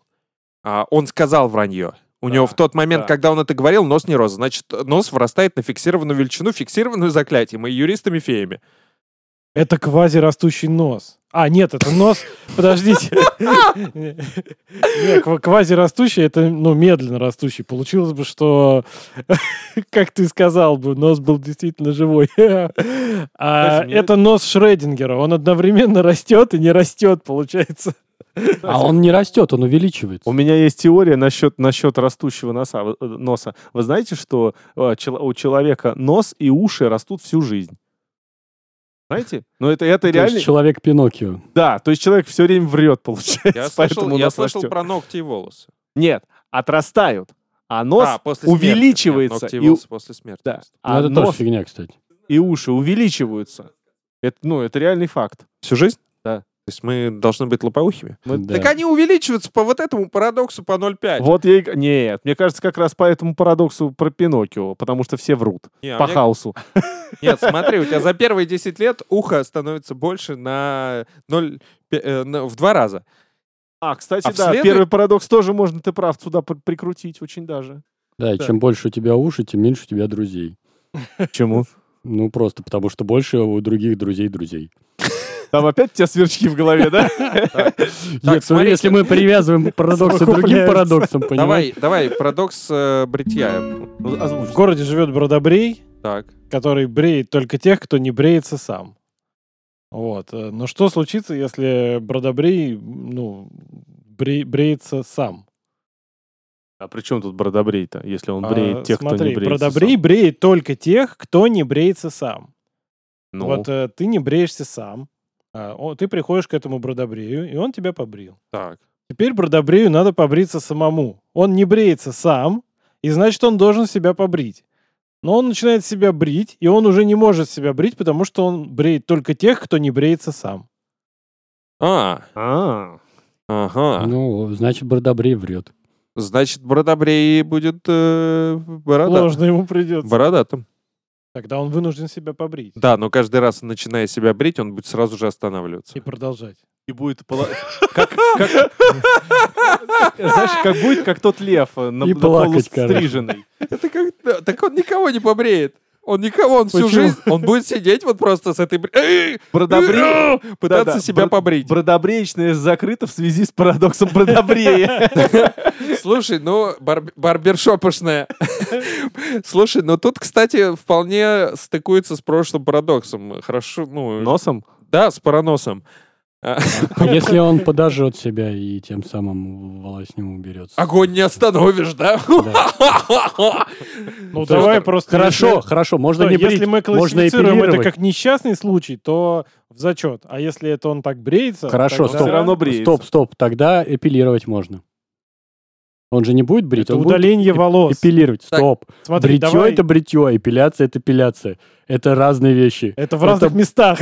S1: А, он сказал вранье. У
S2: Да,
S1: него в тот момент,
S2: да.
S1: когда он это говорил, нос не рос. Значит, нос вырастает на фиксированную величину, фиксированную заклятием и юристами-феями.
S4: Это квазирастущий нос. А, нет, это нос... Подождите. Не, ква- Квазирастущий — это, ну, медленно растущий. Получилось бы, что, как ты сказал бы, нос был действительно живой. А
S2: Кстати,
S3: ну,
S2: мне-
S4: это нос Шреддингера. Он одновременно растет и не растет, получается.
S3: А он не растет, он увеличивается.
S2: У меня есть теория насчет, насчет растущего носа, э, носа. Вы знаете, что э, чело- у человека нос и уши растут всю жизнь? Знаете? Ну, это, это
S3: То
S2: реально...
S3: есть человек Пиноккио. Ну,
S2: Да, то есть человек все время врет, получается.
S1: Я слышал,
S2: поэтому
S1: я
S2: нос
S1: слышал
S2: растет.
S1: про ногти и волосы.
S2: Нет, отрастают, а нос
S1: А, после смерти. Нет,
S2: увеличивается.
S1: ногти и
S2: и... у-
S1: волосы после смерти.
S2: Да,
S3: Ну,
S2: а
S3: это тоже
S2: нос
S3: фигня, кстати.
S2: и уши увеличиваются. Это, ну, это реальный факт.
S1: Всю жизнь?
S2: Да.
S1: То есть мы должны быть лопоухими?
S4: Ну,
S2: Мы-
S3: Да.
S1: Так они увеличиваются по вот этому парадоксу по 0,5.
S2: Э, Вот я и... г- Нет, мне кажется, как раз по этому парадоксу про Пиноккио, потому что все врут.
S1: Не, а
S2: по
S1: мне-
S2: хаосу.
S1: Нет, смотри, у тебя за первые 10 лет ухо становится больше на 0, в два раза.
S2: А, кстати,
S1: А в
S2: да,
S1: следует-
S2: первый парадокс тоже можно, ты прав, сюда пр- прикрутить очень даже.
S3: Да, и чем больше у тебя уши, тем меньше у тебя друзей.
S2: Почему?
S3: Ну, просто потому что больше у других друзей друзей.
S2: Там опять у тебя сверчки в голове, да?
S3: Нет, смотри, если мы привязываем парадоксы к другим
S2: Совокупляются.
S3: парадоксам, понимаешь?
S1: Давай, давай, парадокс э, бритья.
S2: Ну, озвучь.
S4: В городе живет Бродобрей,
S1: Так.
S4: который бреет только тех, кто не бреется сам. Вот. э, Но что случится, если Бродобрей, ну, бре- бреется сам?
S2: А при чем тут бродобрей-то, если он
S4: А,
S2: бреет тех, кто не
S4: смотри,
S2: бреет?
S4: Бродобрей бреет только тех, кто не бреется сам.
S2: Ну.
S4: Вот э, ты не бреешься сам. а, о, ты приходишь к этому Бродобрею, и он тебя побрил.
S1: Так.
S4: Теперь Бродобрею надо побриться самому. Он не бреется сам, и значит, он должен себя побрить. Но он начинает себя брить, и он уже не может себя брить, потому что он бреет только тех, кто не бреется сам.
S1: А,
S2: А,
S1: ага.
S3: Ну, значит, Бродобрей врет.
S1: Значит, Бродобрей будет э, борода-
S4: Ложно ему придется.
S1: бородатым.
S4: Тогда он вынужден себя побрить
S1: Да, но каждый раз, начиная себя брить, он будет сразу же останавливаться.
S4: и продолжать.
S2: и будет пола- как, как- знаешь, как будет, как тот лев э, на,
S3: И
S2: на
S3: плакать, короче.
S2: полустриженный.
S1: Это как... да, Так он никого не побреет. Он никого, он всю
S4: Почему?
S1: жизнь, он будет сидеть вот просто с этой... бр- Эй!
S2: Бродобрей,
S1: Пытаться
S2: Да-да,
S1: себя
S2: бр-
S1: побрить.
S2: бродобреечное закрыто в связи с парадоксом бродобрея.
S1: Слушай, ну, бар- барбершопошная. Слушай, ну тут, кстати, вполне стыкуется с прошлым парадоксом. Хорошо, ну...
S2: Носом?
S1: Да, с параносом.
S3: А если он подожжет себя и тем самым волосню уберется?
S1: Огонь не остановишь, да?
S4: Ну давай просто...
S3: Хорошо,
S4: если-
S3: хорошо, можно
S4: что,
S3: не брить,
S4: Если мы
S3: можно
S4: классифицируем это
S3: эпилировать.
S4: как несчастный случай, то в зачет. А если это он так бреется...
S3: Хорошо,
S4: тогда
S3: стоп.
S2: Все равно бреется.
S3: Стоп, стоп, тогда эпилировать можно. Он же не будет брить,
S4: Это
S3: он будет
S4: удаление
S3: эп-
S4: волос.
S3: эпилировать.
S1: Так,
S3: Стоп.
S4: Смотри,
S3: Бритье
S4: давай...
S3: это бритье, а эпиляция это эпиляция. Это разные вещи.
S4: Это в разных
S3: это-
S4: местах.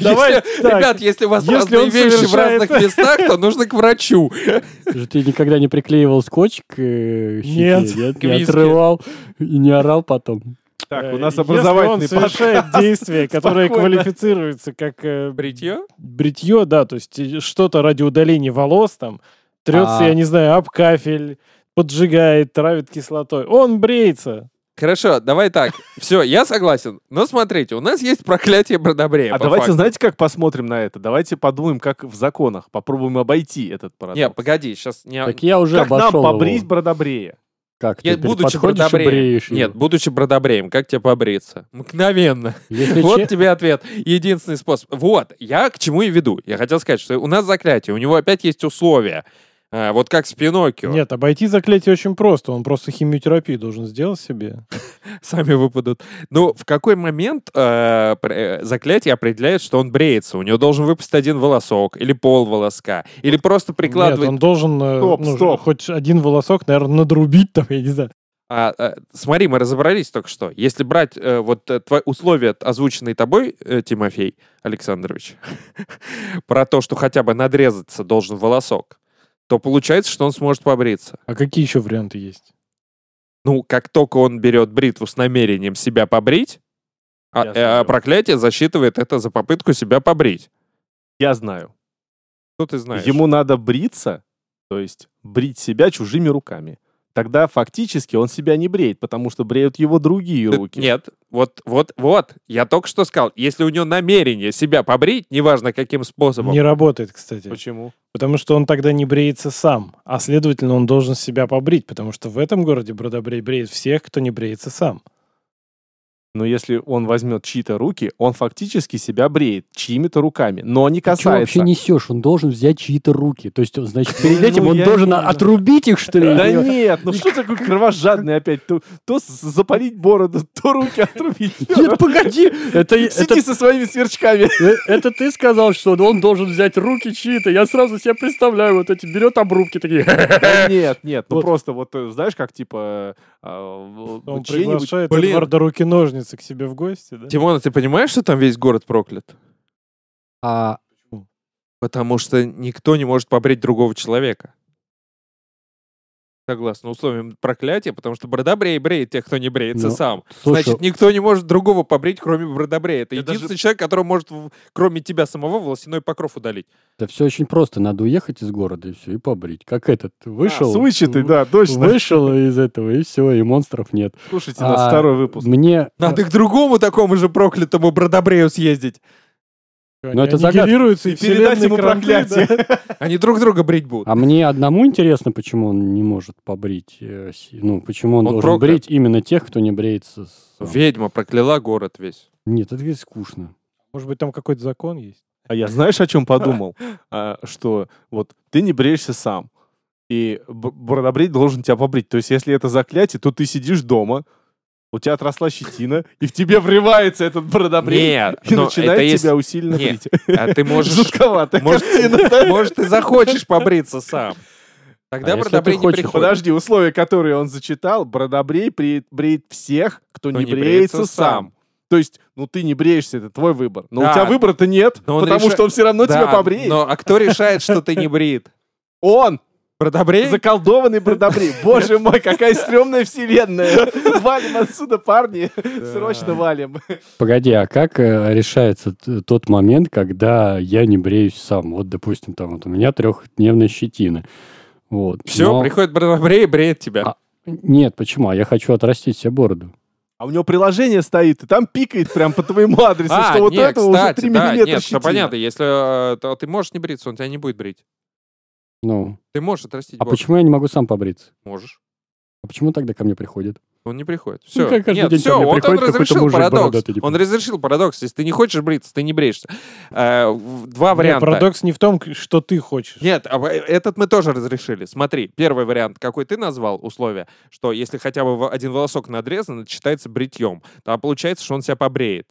S4: Давай
S1: Если-
S4: так.
S1: Ребят, если у вас
S4: Если
S1: разные
S4: он
S1: вещи в
S4: совершает-
S1: разных местах, то нужно к врачу.
S3: Же Ты никогда не приклеивал скотч к э, щеке,
S4: Нет.
S3: нет?
S1: К
S3: Не
S1: виске.
S3: отрывал и не орал потом.
S2: Так, у
S4: Э,
S2: нас
S4: если
S2: образовательный
S4: он совершает
S2: подкаст.
S4: действие, которое
S2: Спокойно.
S4: квалифицируется как э,
S1: Бритье?
S4: бритье, да, то есть э, что-то ради удаления волос, там, трется,
S3: А.
S4: я не знаю, об кафель, поджигает, травит кислотой. Он бреется.
S1: Хорошо, давай так. Все, я согласен. Но смотрите, у нас есть проклятие Бродобрея.
S2: А
S1: по
S2: давайте,
S1: факту.
S2: знаете, как посмотрим на это? Давайте подумаем, как в законах. Попробуем обойти этот парадокс.
S1: Не, погоди, сейчас...
S3: Так я уже
S2: Как нам
S3: обошел
S2: побрить
S3: его.
S2: бродобрея?
S3: Как,
S1: Я,
S3: ты
S1: будучи
S3: подходишь и
S1: бродобреем.
S3: бреешь его?
S1: Нет, будучи бродобреем, как тебе побриться? Мгновенно.
S3: Если че-
S1: Вот тебе ответ. Единственный способ. Вот, я к чему и веду. Я хотел сказать, что у нас заклятие, у него опять есть условия. А, вот как с Пиноккио.
S4: Нет, обойти заклятие очень просто. Он просто химиотерапию должен сделать себе.
S1: Сами выпадут. Ну, в какой момент э, пр- э, заклятие определяет, что он бреется? У него должен выпасть один волосок или пол волоска. Или просто
S4: Нет,
S1: прикладывает...
S4: он должен э,
S2: Стоп,
S4: ну,
S2: стоп.
S4: хоть один волосок, наверное, надрубить там, я не знаю.
S1: А, э, смотри, мы разобрались только что. Если брать э, вот э, твои условия, озвученные тобой, э, Тимофей Александрович, про то, что хотя бы надрезаться должен волосок, то получается, что он сможет побриться.
S4: А какие еще варианты есть?
S1: Ну, как только он берет бритву с намерением себя побрить, а,
S2: Я
S1: э,
S2: знаю.
S1: а проклятие засчитывает это за попытку себя побрить.
S2: Я знаю.
S1: Что ты знаешь?
S2: Ему надо бриться, то есть брить себя чужими руками. Тогда фактически он себя не бреет, потому что бреют его другие
S1: Ты-
S2: руки.
S1: Э, Нет, вот, вот, вот. Я только что сказал, если у него намерение себя побрить, неважно каким способом,
S4: Не работает, кстати.
S2: Почему?
S4: Потому что он тогда не бреется сам, а следовательно, он должен себя побрить, потому что в этом городе Бродобрей бреет всех, кто не бреется сам.
S2: Но если он возьмет чьи-то руки, он фактически себя бреет чьими-то руками, но не
S3: Ты чё вообще
S2: касается.
S3: несешь? Он должен взять чьи-то руки. То есть, он, значит, перед
S2: Ну,
S3: этим он
S2: я
S3: должен
S2: не
S3: а-
S2: знаю.
S3: отрубить их, что ли?
S2: Да
S3: или-
S2: нет, ну что такое кровожадный опять? То, то с- запалить бороду, то руки отрубить.
S3: Нет, погоди! Это, это,
S2: Сиди со своими сверчками.
S3: э, это ты сказал, что он должен взять руки чьи-то. Я сразу себе представляю, вот эти берет обрубки такие.
S2: Да Нет, нет, ну
S3: Вот.
S2: просто вот э, знаешь, как типа э, а,
S4: Он
S2: вот чей-нибудь-
S4: приглашает
S1: Ну, Блин.
S4: Эдварда руки-ножницы к себе в гости, да?
S1: Тимон, а ты понимаешь, что там весь город проклят?
S3: А,
S1: Потому что никто не может побрить другого человека. Согласно условиям проклятия, потому что бродобрей бреет тех, кто не бреется
S3: Ну,
S1: сам.
S3: слушай,
S1: Значит, никто не может другого побрить, кроме бродобрея. Это
S2: Я даже-
S1: единственный человек, который может, в- кроме тебя самого, волосяной покров удалить.
S3: да все очень просто. Надо уехать из города и все, и побрить. Как этот вышел...
S2: А, Свычатый, да, точно.
S3: Вышел из этого, и все, и монстров нет.
S2: Слушайте нас
S3: А,
S2: второй выпуск.
S3: Мне...
S1: Надо к другому такому же проклятому бродобрею съездить. ну,
S4: Они
S3: это загадка.
S4: аннигилируются, и
S2: Передать
S4: вселенные
S2: ему
S4: кранты,
S2: проклятие.
S4: да.
S1: Они друг друга брить будут.
S3: А мне одному интересно, почему он не может побрить... э, си- Ну, почему он,
S1: Он
S3: должен
S1: проклят.
S3: брить именно тех, кто не бреется сам.
S1: Ведьма прокляла город весь.
S3: Нет, это скучно.
S4: Может быть, там какой-то закон есть?
S2: А я знаешь, о чем подумал? А, Что вот ты не бреешься сам. И б- бородобрей должен тебя побрить. То есть, если это заклятие, то ты сидишь дома, у тебя отросла щетина, и в тебе врывается этот бородобрей.
S1: Нет,
S2: И
S1: но
S2: начинает
S1: ну, это
S2: тебя
S1: если-
S2: усиленно
S1: не,
S2: брить.
S1: а ты можешь...
S2: Жутковато.
S1: Может,
S2: картина, да?
S1: может, ты захочешь побриться сам. Тогда
S3: А если
S1: бродобрей
S3: ты
S1: не
S3: хочешь-
S1: приходит.
S2: Подожди, условия, которые он зачитал, бородобрей бреет, бреет всех, кто
S1: Кто
S2: не бреется сам. То есть, ну ты не бреешься, это твой выбор. Но
S1: Да.
S2: у тебя выбора-то нет,
S1: Но он
S2: потому
S1: реша-
S2: что он все равно ну тебя
S1: Да,
S2: побреет.
S1: Но а кто решает, что ты не брит?
S2: Он!
S1: Бродобрей?
S2: Заколдованный бродобрей. Боже мой, какая стрёмная вселенная. Валим отсюда, парни. Срочно валим.
S3: Погоди, а как э, решается т- тот момент, когда я не бреюсь сам? Вот, допустим, там вот у меня трехдневная щетина. Вот.
S1: Все,
S3: но-
S1: приходит Бродобрей и бреет тебя.
S3: А. Нет, почему? А я хочу отрастить себе бороду.
S2: А у него приложение стоит, и там пикает прям по твоему адресу,
S1: А,
S2: что вот
S1: не,
S2: этого уже 3
S1: да,
S2: миллиметра
S1: нет, все
S2: щетина.
S1: понятно. Если э, то ты можешь не бриться, он тебя не будет брить.
S3: Ну,
S1: Ты можешь отрастить
S3: а
S1: бороду.
S3: почему я не могу сам побриться?
S1: Можешь.
S3: А почему тогда ко мне приходит?
S1: Он не приходит. Все.
S3: Ну, как каждый
S1: Нет,
S3: день ко
S1: все,
S3: мне
S1: вот он
S3: приходит какой-то
S1: разрешил
S3: мужик
S1: парадокс.
S3: бородатый, типа.
S1: Он разрешил парадокс. Если ты не хочешь бриться, ты не бреешься. Э, в- Два
S4: Нет,
S1: варианта.
S4: Парадокс не в том, к- что ты хочешь.
S1: Нет, а в- этот мы тоже разрешили. Смотри, первый вариант, какой ты назвал условие, что если хотя бы во- один волосок надрезан, это считается бритьем. То получается, что он себя побреет.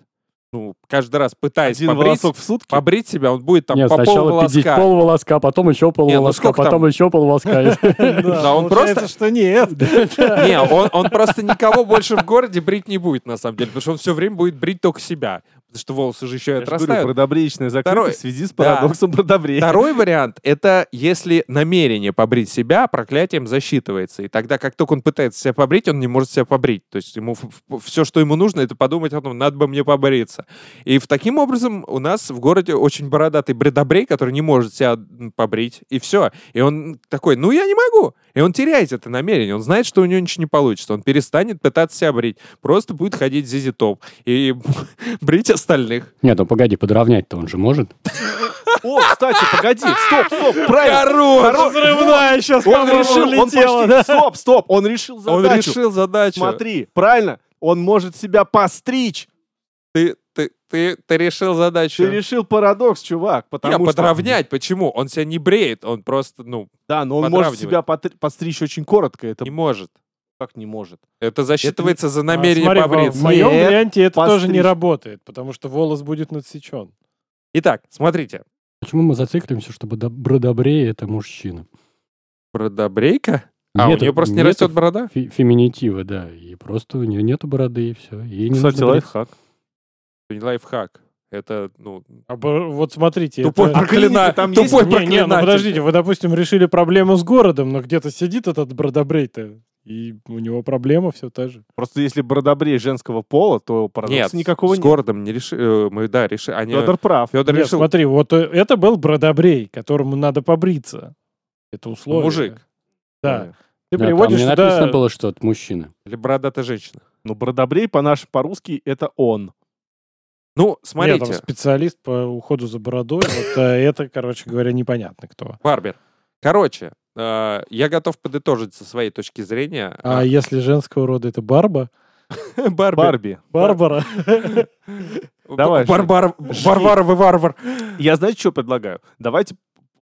S1: Ну, каждый раз пытаясь
S2: Один
S1: побрить,
S2: волосок в сутки.
S1: побрить себя, он будет там
S3: Нет,
S1: по
S3: сначала пиздеть
S1: полволоска.
S3: пол волоска, потом еще пол
S1: Не, ну
S3: волоска,
S1: сколько там?
S3: потом еще пол волоска.
S1: Да, он
S4: получается, что нет.
S1: Не, он, он просто никого больше в городе брить не будет, на самом деле, потому что он все время будет брить только себя. Потому что волосы же еще и
S2: Я же говорю,
S1: отрастают.
S2: бродобреечная
S1: Второй.
S2: закрытость в связи с
S1: Да.
S2: парадоксом бродобрея.
S1: Второй вариант — это если намерение побрить себя проклятием засчитывается. И тогда, как только он пытается себя побрить, он не может себя побрить. То есть ему все, что ему нужно, это подумать о том, надо бы мне побриться. И в таким образом у нас в городе очень бородатый бредобрей, который не может себя м, побрить, и все. И он такой, ну я не могу. И он теряет это намерение. Он знает, что у него ничего не получится. Он перестанет пытаться себя брить. Просто будет ходить зизи топ и брить остальных.
S3: Нет, ну погоди, подровнять-то он же может.
S2: О, кстати, погоди, стоп, стоп, правильно. Ну,
S1: Короче!
S4: Взрывная сейчас
S2: Он решил, он почти... Стоп, стоп, он решил
S1: Он
S2: задачу.
S1: решил задачу.
S2: Смотри, правильно? Он может себя постричь.
S1: Ты, ты, ты, ты решил задачу.
S2: Ты решил парадокс, чувак,
S1: Не,
S2: потому что...
S1: подровнять. Почему? Он себя не бреет, он просто, ну,
S2: Да, но он может
S1: подравнивает.
S2: себя потр- постричь очень коротко. Это
S1: не может.
S2: как не может?
S1: Это засчитывается за намерение
S4: А, Смотри, в
S1: побриться.
S4: моем
S2: Нет,
S4: варианте это тоже не
S2: постричь.
S4: работает, потому что волос будет надсечен.
S1: Итак, смотрите.
S3: Почему мы зациклимся, чтобы бродобрее это мужчина?
S1: Бродобрейка? А
S3: Нет,
S1: у нее просто не
S3: нет
S1: растет борода?
S3: фе- феминитива, да. И просто у нее нету бороды, и все. Ей не
S2: Кстати,
S3: нужно бриться.
S2: лайфхак.
S1: Не лайфхак. Это, ну,
S4: Обо- А Вот смотрите.
S1: тупой
S4: это-
S1: проклина-
S2: клиника там есть?
S1: Тупой
S4: Не, не, ну
S1: проклинатель.
S4: подождите, вы, допустим, решили проблему с городом, но где-то сидит этот бродобрей-то, и у него проблема все та же.
S2: Просто если бродобрей женского пола, то парадокса
S1: Нет,
S2: никакого
S1: с городом не реши... э, Мы, да, решили... Они...
S2: нет. Федор прав.
S1: Федор
S4: Нет,
S1: решил...
S4: смотри, вот э, это был бродобрей, которому надо побриться. Это условие.
S1: Мужик. Э,
S4: Да. Ты
S3: Да, там
S4: приводишь
S3: не
S4: сюда...
S3: написано было, что это мужчина.
S1: Или бородатая женщина.
S2: Но Ну, бродобрей по-нашему, по-русски, это он.
S1: Ну,
S4: Нет,
S1: смотрите.
S4: там специалист по уходу за бородой. Вот э, это, короче говоря, непонятно кто.
S1: Барбер. Короче, э, я готов подытожить со своей точки зрения.
S4: А если женского рода это Барба?
S1: Барбер.
S2: Барби.
S4: Барбара.
S1: Э,
S2: Давай,
S1: Б- Барбар...
S2: жги.
S1: Варвара, вы варвар.
S2: Я, знаете, что предлагаю? Давайте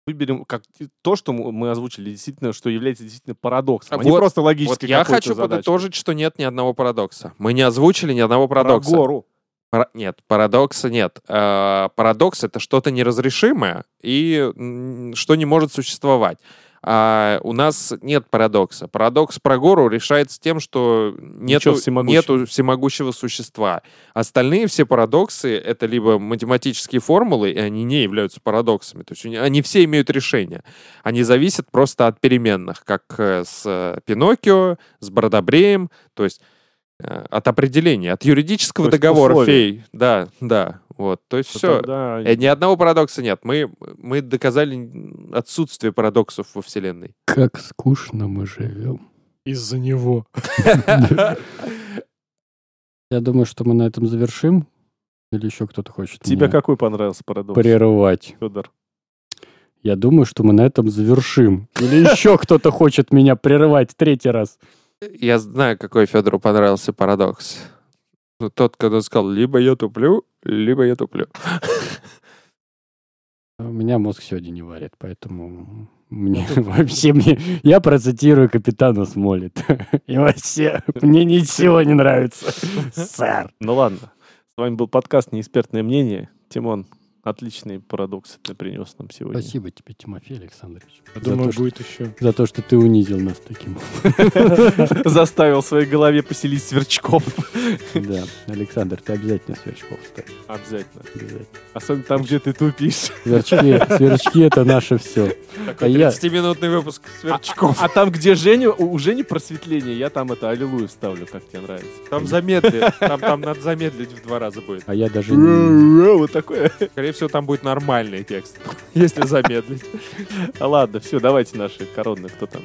S2: выберем как то, что мы мы озвучили, действительно, что является действительно парадоксом, а не
S1: Вот-
S2: просто логической
S1: Вот я
S2: какой-то
S1: хочу
S2: задачей.
S1: подытожить, что нет ни одного парадокса. Мы не озвучили ни одного
S2: Про
S1: парадокса.
S2: гору.
S1: Пара- Нет, парадокса нет. Э, Парадокс — это что-то неразрешимое и м, что не может существовать. А у нас нет парадокса. Парадокс про гору решается тем, что нету,
S2: Ничего всемогущего.
S1: нету всемогущего существа. Остальные все парадоксы — это либо математические формулы, и они не являются парадоксами. То есть у них- они все имеют решение. Они зависят просто от переменных, как э, с э, Пиноккио, с Бродобреем. То есть э, от определения, от юридического
S2: То есть
S1: договора
S2: условия.
S1: фей. Да, да, вот. То есть все.
S2: Тогда-
S1: Ни одного парадокса нет. Мы, мы доказали отсутствие парадоксов во Вселенной.
S3: Как скучно мы живем.
S4: Из-за него.
S3: Я думаю, что мы на этом завершим. Или еще кто-то хочет
S2: Тебе
S3: меня
S2: какой понравился парадокс,
S3: прерывать.
S2: Федор?
S3: Я думаю, что мы на этом завершим. Или еще кто-то хочет меня прерывать третий раз.
S1: Я знаю, какой Федору понравился парадокс. Ну, тот, когда он сказал, либо я туплю, либо я туплю.
S3: У меня мозг сегодня не варит, поэтому мне вообще мне... Я процитирую капитана Смолит. И вообще мне ничего не нравится. Сэр.
S2: Ну ладно. С вами был подкаст «Неэкспертное мнение». Тимон, отличные парадоксы ты принес нам сегодня.
S3: Спасибо тебе, Тимофей Александрович.
S4: Я
S3: за
S4: думаю,
S3: то, что-
S4: будет еще.
S3: за то, что ты унизил нас таким.
S2: Заставил в своей голове поселить сверчков.
S3: Да, Александр, ты обязательно сверчков ставь.
S2: Обязательно.
S3: Обязательно.
S2: Особенно там, где ты тупишь.
S3: Сверчки, сверчки это наше все. А я,
S1: 30-минутный выпуск сверчков.
S2: А там, где Женя, у у Жени просветление, я там это аллилуйя вставлю, как тебе нравится.
S1: Там замедли. Там, там надо замедлить в два раза будет.
S3: а я даже не-
S2: Вот такое.
S1: Скорее всего, там будет нормальный текст, если замедлить.
S2: А ладно, все, давайте наши коронные, кто там.